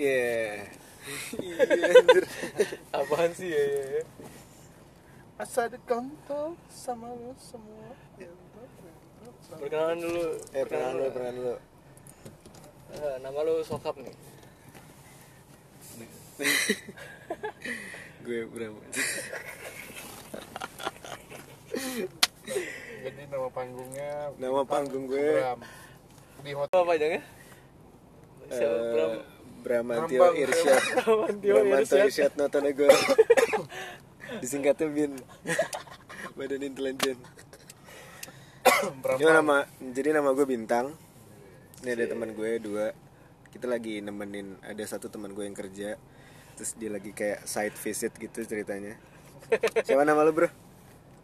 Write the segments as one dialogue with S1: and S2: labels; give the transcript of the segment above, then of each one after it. S1: Iya. Iya, anjir.
S2: Apaan sih ya, ya, ya.
S3: Asal dikontrol sama lo semua yang terbentuk sama-
S2: Perkenalan dulu.
S1: Eh, perkenalan dulu, perkenalan dulu.
S2: Eh, nama lu Sokap nih.
S1: Gue Bram.
S3: Jadi nama panggungnya
S1: Nama panggung gue
S3: Bram. Di hotel
S2: Apa ya? panjangnya? Siapa
S1: eh,
S2: Bram?
S1: Bramantio
S3: Bambang.
S1: Irsyad.
S2: Bramantio
S1: Bramantio
S2: Irsyad.
S1: Irsyad Notonegoro. Disingkatnya BIN. Badan Intelijen.
S3: Bram.
S1: Ini nama, jadi nama gue Bintang. Ini ada teman gue dua. Kita lagi nemenin ada satu teman gue yang kerja. Terus dia lagi kayak side visit gitu ceritanya. Siapa nama lu, Bro?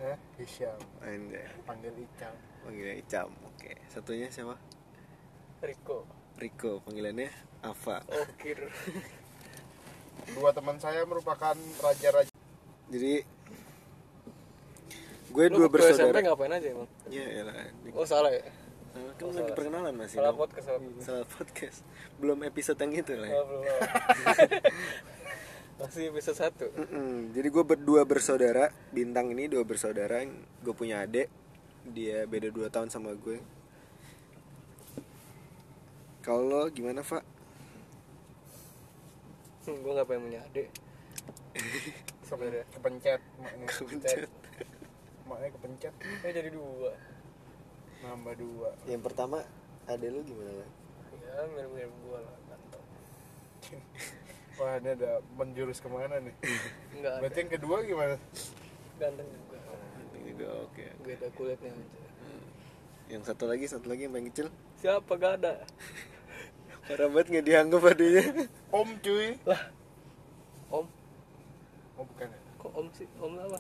S3: Eh, Hisham.
S1: Anjay.
S3: Panggil Icang.
S1: Panggilnya Icam. Oke. Satunya siapa?
S2: Riko.
S1: Riko, panggilannya Ava.
S2: Okir.
S3: Dua teman saya merupakan raja-raja.
S1: Jadi gue
S2: Lu
S1: dua
S2: waktu SMP
S1: bersaudara.
S2: ngapain aja emang?
S1: Ya, elah. Ini-
S2: Oh salah ya?
S1: Nah, kan lagi perkenalan masih.
S2: Salah
S1: dong.
S2: podcast apa?
S1: Salah podcast. Belum episode yang itu lah. ya.
S2: Oh, belum. Masih episode satu.
S1: Mm-mm. Jadi gue berdua bersaudara Bintang ini dua bersaudara Gue punya adik Dia beda dua tahun sama gue Kalau lo gimana Pak?
S2: Hmm, gue gak pengen punya adik sebenarnya
S3: ya? Kepencet maknya.
S1: Kepencet.
S3: Maknya kepencet.
S2: eh jadi dua
S3: Nambah dua.
S1: Yang pertama adik lo gimana?
S2: ya mirip-mirip gue lah mantap
S3: Wah, ini ada menjurus kemana nih?
S2: nggak ada
S3: Berarti yang kedua gimana?
S2: ganteng juga
S1: Juga oke
S2: beda kulitnya aja
S1: Yang satu lagi satu lagi yang paling kecil
S2: siapa gak ada
S1: Parah banget nggak dianggap adiknya
S3: Om cuy.
S2: lah om
S3: Oh, bukan ya?
S2: kok om sih om apa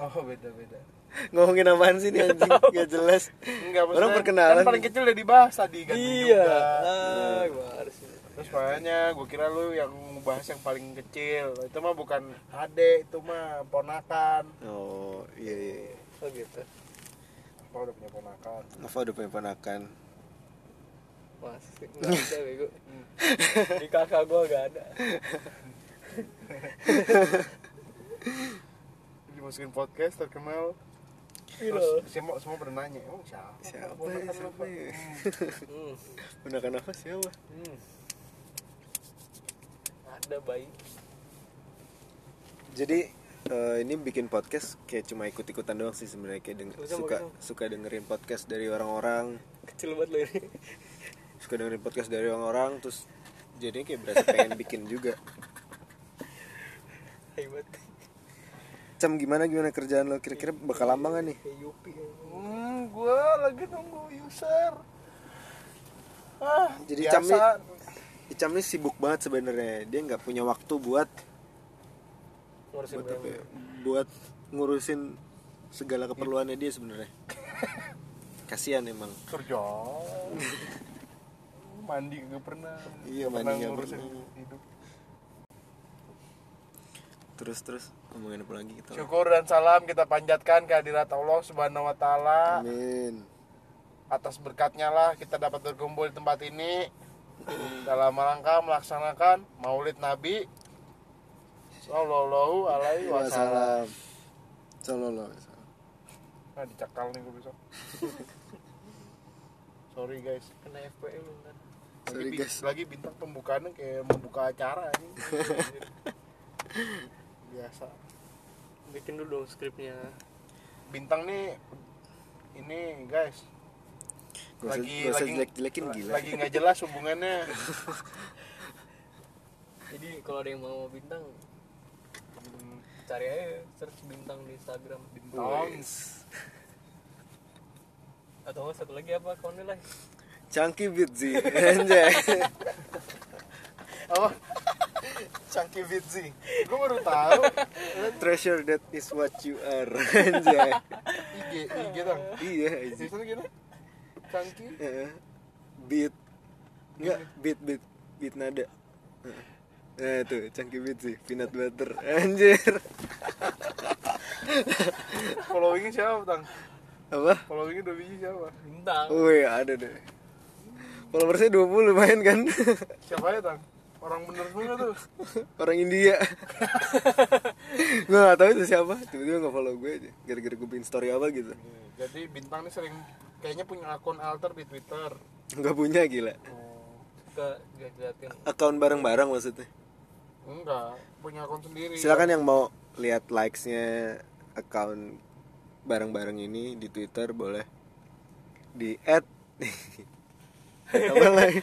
S3: Oh, beda-beda.
S1: Ngomongin apaan sih nih anjing Gak jelas
S3: Enggak,
S1: Orang
S3: maksudnya
S1: perkenalan.
S3: Kan paling kecil udah dibahas tadi ganteng
S2: iya
S3: juga. Hmm.
S2: ah gue harus
S3: Terus makanya gue kira lu yang bahas yang paling kecil Itu mah bukan adek, itu mah ponakan
S1: Oh iya iya iya.
S2: oh gitu
S3: Apa udah punya ponakan?
S1: Ava udah punya ponakan
S2: masih nggak
S3: Hmm.
S2: ada bego di kakak gue gak ada
S3: Dimasukin podcast terkenal
S2: Iya.
S3: Terus semua, semua pada nanya, emang siapa?
S1: Siapa ya
S3: ponakan lu,
S1: siapa
S3: Pak?"
S1: ya
S2: hmm.
S1: Ponakan apa siapa?
S2: hmm. ada bayi
S1: Jadi eh, ini bikin podcast kayak cuma ikut-ikutan doang sih sebenarnya kayak denger-
S2: Bagus dong,
S1: suka
S3: gitu?
S2: bagus
S1: suka dengerin podcast dari orang-orang,
S2: kecil banget lo ini
S1: suka dengerin podcast dari orang-orang terus jadinya kayak berasa pengen bikin juga.
S2: hebat
S1: Cam gimana gimana kerjaan lo kira-kira bakal lama gak nih?
S2: kayak Yupi
S3: Hmm, gue lagi nunggu user Ah,
S1: Jadi
S3: biasa.
S1: Cam nih- Icam nih sibuk banget sebenarnya. Dia nggak punya waktu buat
S2: ngurusin
S1: buat, apa
S2: BMW
S1: ya, buat ngurusin segala keperluannya dia sebenarnya. Kasihan emang.
S3: kerja mandi gak pernah
S1: Iya,
S3: Nggak
S1: mandi nggak
S3: ngurusin
S1: pernah.
S3: hidup
S1: Terus terus ngomongin apa lagi gitu? kita?
S3: syukur dan salam kita panjatkan kehadirat Allah subhanahu wa taala
S1: Amin.
S3: atas berkatnya lah kita dapat berkumpul di tempat ini dalam rangka melaksanakan Maulid Nabi Sallallahu Alaihi Wasallam.
S1: Wassalam. Sallallahu alaihi wasallam.
S3: Nah dicekal nih gue besok. Sorry guys.
S2: kena FPL lu kan
S3: Lagi,
S1: Sorry,
S3: bi-
S1: guys.
S3: lagi bintang pembukaannya kayak membuka acara ini. Biasa.
S2: bikin dulu dong skripnya
S3: Bintang nih ini guys
S1: Gak usah,
S3: Lagi-
S1: gak usah
S3: lagi-
S1: jelek-jelekin gila.
S3: lagi nggak jelas hubungannya
S2: jadi kalau ada yang mau bintang
S3: Hmm,
S2: cari aja search bintang di Instagram
S3: bintang
S2: atau nggak satu lagi apa akunnya lah
S1: Chunky Bitzy. Anjay.
S3: apa Chunky Vitzy gue baru tahu
S1: Treasure that is what you are. Anjay.
S3: IG IG dong
S1: iya, anjay.
S3: Siapa gini? Chunky
S1: Heeh. Beat. Enggak, beat beat beat nada. Heeh. Nah itu Chunky Bitzy, peanut butter. Anjir.
S3: followingnya siapa tang
S1: Apa?
S3: followingnya dua biji siapa Oh.
S2: bintang
S1: Wih, ada deh. Followersnya 20 lumayan kan?
S3: siapa ya tang orang bener semua tuh
S1: orang India gue gak tau itu siapa tiba-tiba nggak follow gue aja gara-gara gue bikin story apa gitu
S3: jadi bintang ini sering kayaknya punya akun alter di twitter
S1: nggak punya gila
S2: Suka gak diliatin
S1: account bareng-bareng maksudnya
S3: enggak punya akun sendiri
S1: silakan yang mau lihat likesnya account bareng-bareng ini di Twitter boleh di at apa lagi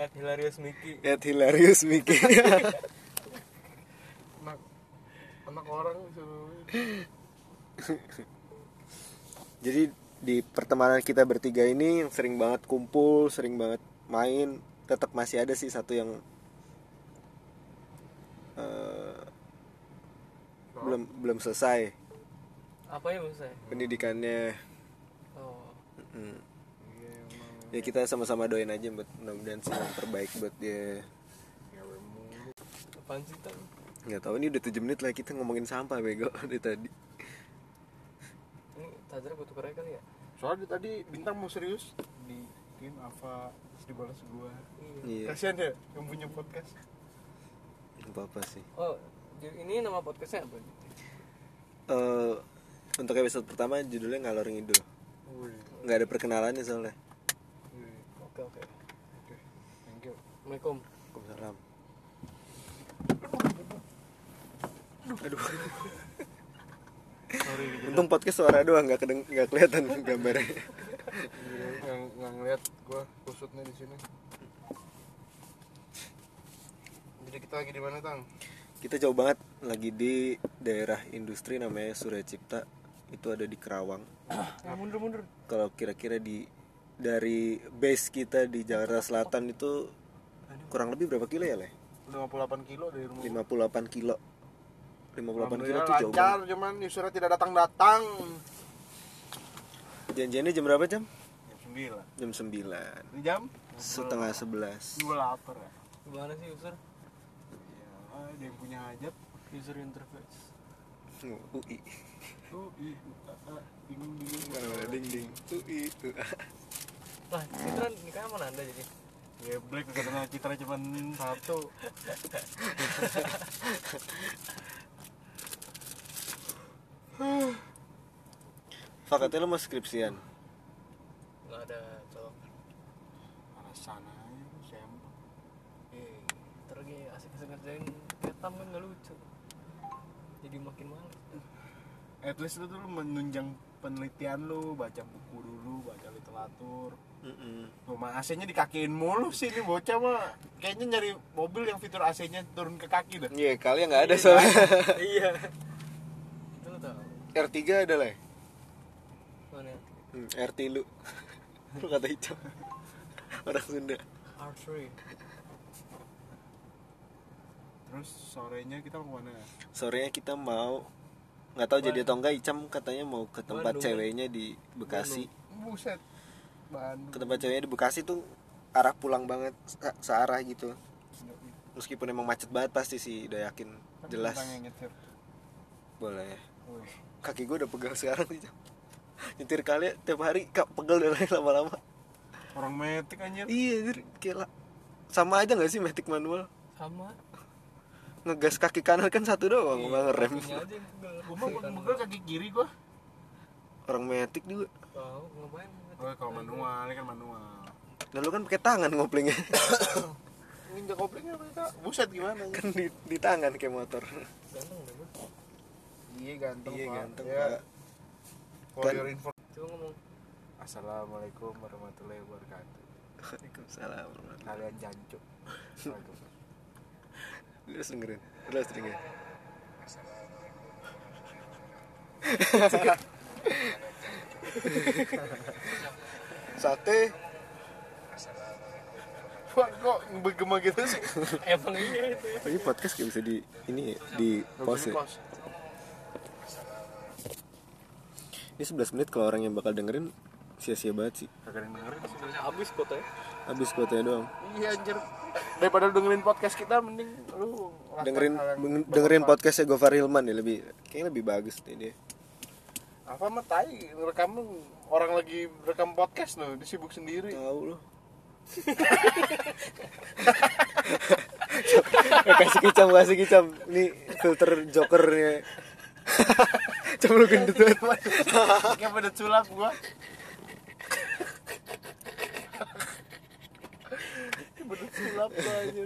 S2: At Hilarious Mickey
S1: at hilarious Mickey
S3: anak anak orang disuruh
S1: jadi di pertemanan kita bertiga ini yang sering banget kumpul sering banget main tetap masih ada sih satu yang eh, belum belum selesai
S2: Apa ya maksudnya?
S1: pendidikannya
S2: Oh
S1: Mm.
S3: Iya,
S1: ya kita sama-sama doain aja buat mudah-mudahan sih yang terbaik buat dia
S2: Apaan sih Tam?
S1: nggak tahu ini udah 7 menit lah kita ngomongin sampah bego dari tadi
S2: Ini charger gue tuker aja kali ya?
S3: soalnya dia tadi bintang mau serius di tim apa terus dibalas gua
S2: Iya
S1: iya
S3: kasihan ya yang punya podcast
S1: apa apa sih
S2: Oh jadi ini nama podcastnya apa?
S1: Eh, untuk episode pertama judulnya ngalor ngidul
S3: Wih,
S1: nggak ada perkenalannya soalnya
S3: wih.
S2: Oke oke
S3: oke thank you
S2: Assalamualaikum
S1: Waalaikumsalam
S3: sorry
S1: untung podcast suara doang nggak kedeng nggak kelihatan gambarnya
S3: nggak nggak Iya, ngeliat gua kusutnya di sini jadi kita lagi di mana tang
S1: kita jauh banget lagi di daerah industri namanya Surya Cipta itu ada di Kerawang
S2: Mundur mundur
S1: kalau kira-kira di dari base kita di Jakarta Selatan itu kurang lebih berapa kilo ya leh
S3: 58 kilo dari rumah
S1: 58 kilo 58 kilo
S3: Alhamdulillah
S1: itu jauh
S3: lancar
S1: banget
S3: cuman usernya tidak datang datang
S1: janjiannya jam berapa jam
S3: jam sembilan
S1: jam 9
S3: Ini jam
S1: setengah 11
S3: dua lapar ya
S2: Gimana sih user?
S3: Iyalah, dia yang punya hajat
S2: User interface
S1: UI
S3: tuh i uta, a, bingung bingung
S1: Kan ding ding UI
S2: Lah Citra nikahnya mana anda jadi?
S3: ya black karena citra cuma satu
S1: Fak katanya lo mau skripsian
S2: Gak ada cowok
S3: arah sana ya, Eh. aja lu, sempak
S2: Iya Terus lagi asik-asik ngerjain Ketam kan gak lucu Jadi makin males
S3: at least lu tuh menunjang penelitian lu baca buku dulu baca literatur rumah AC-nya dikakiin mulu sih ini bocah mah kayaknya nyari mobil yang fitur AC-nya turun ke kaki dah
S1: Iya kalian nggak ada soalnya
S2: Iya Itu lo tau
S1: R3 ada leh
S2: Mana ya?
S1: hmm, RT lu lu kata hijau orang Sunda
S2: R3
S3: terus sorenya kita mau kemana
S1: sorenya ya, kita mau nggak tahu jadi atau enggak Icam katanya mau ke tempat
S2: Bandung.
S1: ceweknya di Bekasi
S3: buset
S1: ke
S3: Bandung
S1: tempat ceweknya di Bekasi tuh arah pulang banget se- searah gitu meskipun emang macet banget pasti sih udah yakin jelas
S3: Bintang yang nyetir.
S1: boleh
S3: Wih.
S1: kaki gue udah pegal sekarang nih Cam. nyetir kali ya, tiap hari kak pegal udah lain lama-lama
S3: orang metik anjir
S1: iya anjir, gila sama aja nggak sih metik manual
S2: Sama
S1: ngegas kaki kanan kan satu doang sama ngerem
S2: Punya aja yang Kan pegel
S3: gua mah gua pegel kaki kiri gua
S1: orang metik juga
S2: Tau ngapain
S3: oh kalau manual ini kan manual
S1: Nah lu kan pakai tangan ngoplingnya
S3: nginjak koplingnya kita buset gimana
S1: kan di, di tangan kayak motor.
S2: Ganteng deh gua
S3: iya ganteng
S1: Iya
S3: Pak.
S1: ganteng
S3: Ya.
S1: pak.
S3: for
S1: Gan-
S3: your info
S2: Coba ngomong
S3: assalamualaikum warahmatullahi wabarakatuh
S1: Waalaikumsalam. warahmatullahi
S3: kalian jancuk
S1: wabarakatuh. Lu harus dengerin, lu harus dengerin. Sate
S3: Wah, kok bergema gitu sih?
S2: Emang iya itu
S1: Ini podcast gak bisa di Ini di pause ya?
S3: Pause.
S1: Ini 11 menit kalau orang yang bakal dengerin Sia-sia banget sih
S3: Kagak ada yang dengerin sih.
S2: Abis kotanya
S1: Abis kuotanya doang
S3: Iya anjir. Daripada lu dengerin podcast kita mending lu lakukan
S1: Dengerin
S3: hal yang
S1: deng- dengerin podcastnya Gofar Hilman ya lebih Kayaknya lebih bagus nih dia
S3: apa mah tai rekam lu orang lagi rekam podcast loh, disibuk sendiri.
S1: Tahu loh kasih kicam kasih kicam ini filter jokernya cam lu gendut banget
S3: kayak pada culap gua pada culap banget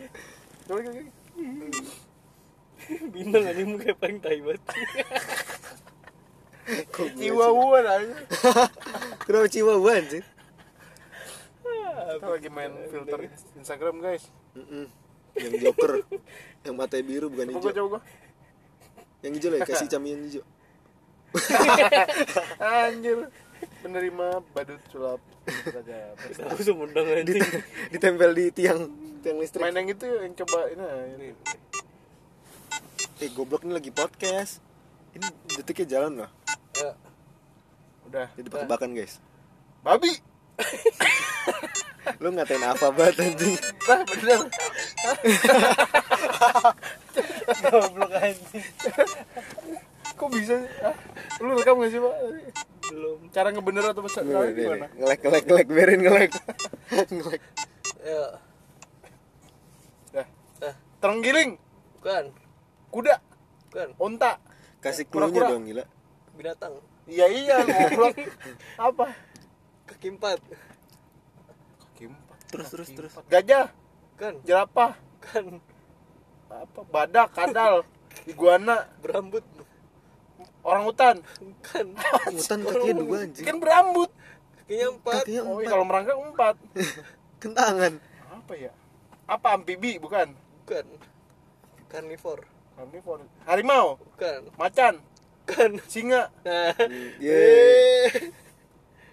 S1: Coba, coba, coba.
S2: Bintang anjing mukanya paling tai banget.
S1: Kok gua
S3: Chihuahua aja
S1: sih? kenapa ciwawaan sih
S3: kita lagi main filter
S1: Iya.
S3: Instagram guys
S1: Mm-mm. yang joker yang matanya biru bukan
S3: coba gua
S1: hijau
S3: coba gua
S1: yang hijau lah ya, kasih cam yang hijau
S3: anjir penerima badut culap saja
S2: Aku semundang anjing.
S1: Dite- ditempel di tiang tiang listrik
S3: main yang itu yang coba ini nah, ini
S1: eh goblok ini lagi podcast ini detiknya jalan loh
S3: Ya. udah
S1: jadi tebak-tebakan guys
S3: babi
S1: lu ngatain apa banget anjing
S3: nah bener
S2: Goblok anjing.
S3: kok bisa sih? Hah? lu rekam gak sih pak
S2: Belum.
S3: cara ngebener atau pesan
S1: Nih, nih,
S3: gimana
S1: nih. ngelek ngelek ngelek biarin ngelek ngelek
S2: Ya,
S3: dah
S2: Dah.
S3: terenggiling
S2: bukan.
S3: kuda
S2: Bukan
S3: onta
S1: kasih
S3: Kura-kura.
S1: clue-nya dong gila
S2: kan, binatang.
S3: iya iya goblok apa
S2: Kaki empat.
S1: terus terus terus
S3: gajah
S2: Bukan.
S3: jerapah
S2: Bukan
S3: apa badak kadal iguana
S2: berambut.
S3: orang hutan
S2: Bukan.
S1: hutan kakinya dua anjing
S3: kan berambut
S2: Kakinya empat.
S1: kakinya
S3: oh iya,
S1: empat
S3: kalau merangkak empat
S1: kentangan
S3: apa ya apa amfibi bukan
S2: Bukan. Carnivore.
S3: Omnivore. harimau
S2: Bukan.
S3: macan
S2: Bukan.
S3: singa
S2: Nah.
S1: Iya. ye
S2: Eh.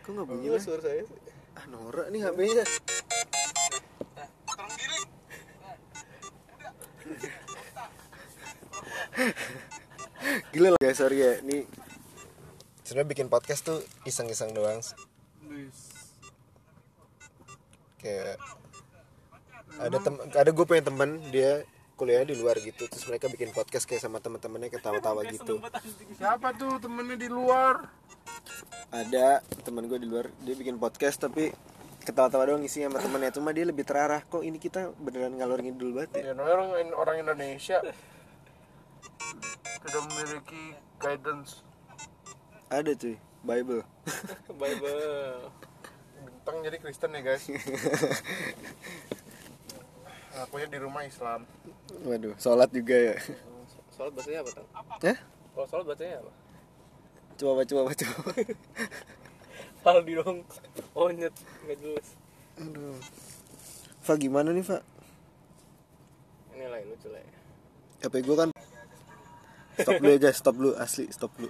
S1: kok nggak bunyi
S2: Gila
S1: lah?
S2: suara saya sih.
S1: ah norak nih hpnya gila lah ya sorry ya ini sebenarnya bikin podcast tuh iseng-iseng doang kayak ada tem ada gue punya teman dia kuliah di luar gitu terus mereka bikin podcast kayak sama teman-temannya ketawa-tawa gitu
S3: siapa tuh temennya di luar
S1: ada teman gue di luar dia bikin podcast tapi ketawa-tawa doang isinya sama temennya cuma dia lebih terarah kok ini kita beneran ngalor ngidul banget ya
S3: ya, namanya orang orang Indonesia tidak memiliki guidance
S1: ada cuy Bible
S2: Bye bye.
S3: bintang jadi Kristen ya guys akunya ya di rumah Islam
S1: waduh sholat juga ya
S2: Salat bacanya apa, Tang?
S1: Hah?
S2: Kalau salat bacanya apa?
S1: coba coba coba
S2: Faldi dong. Onyet, enggak jelas.
S1: aduh Fa gimana nih Fa
S2: Ini lah lucu lah. ya.
S1: HP gue kan stop dulu aja stop dulu asli stop dulu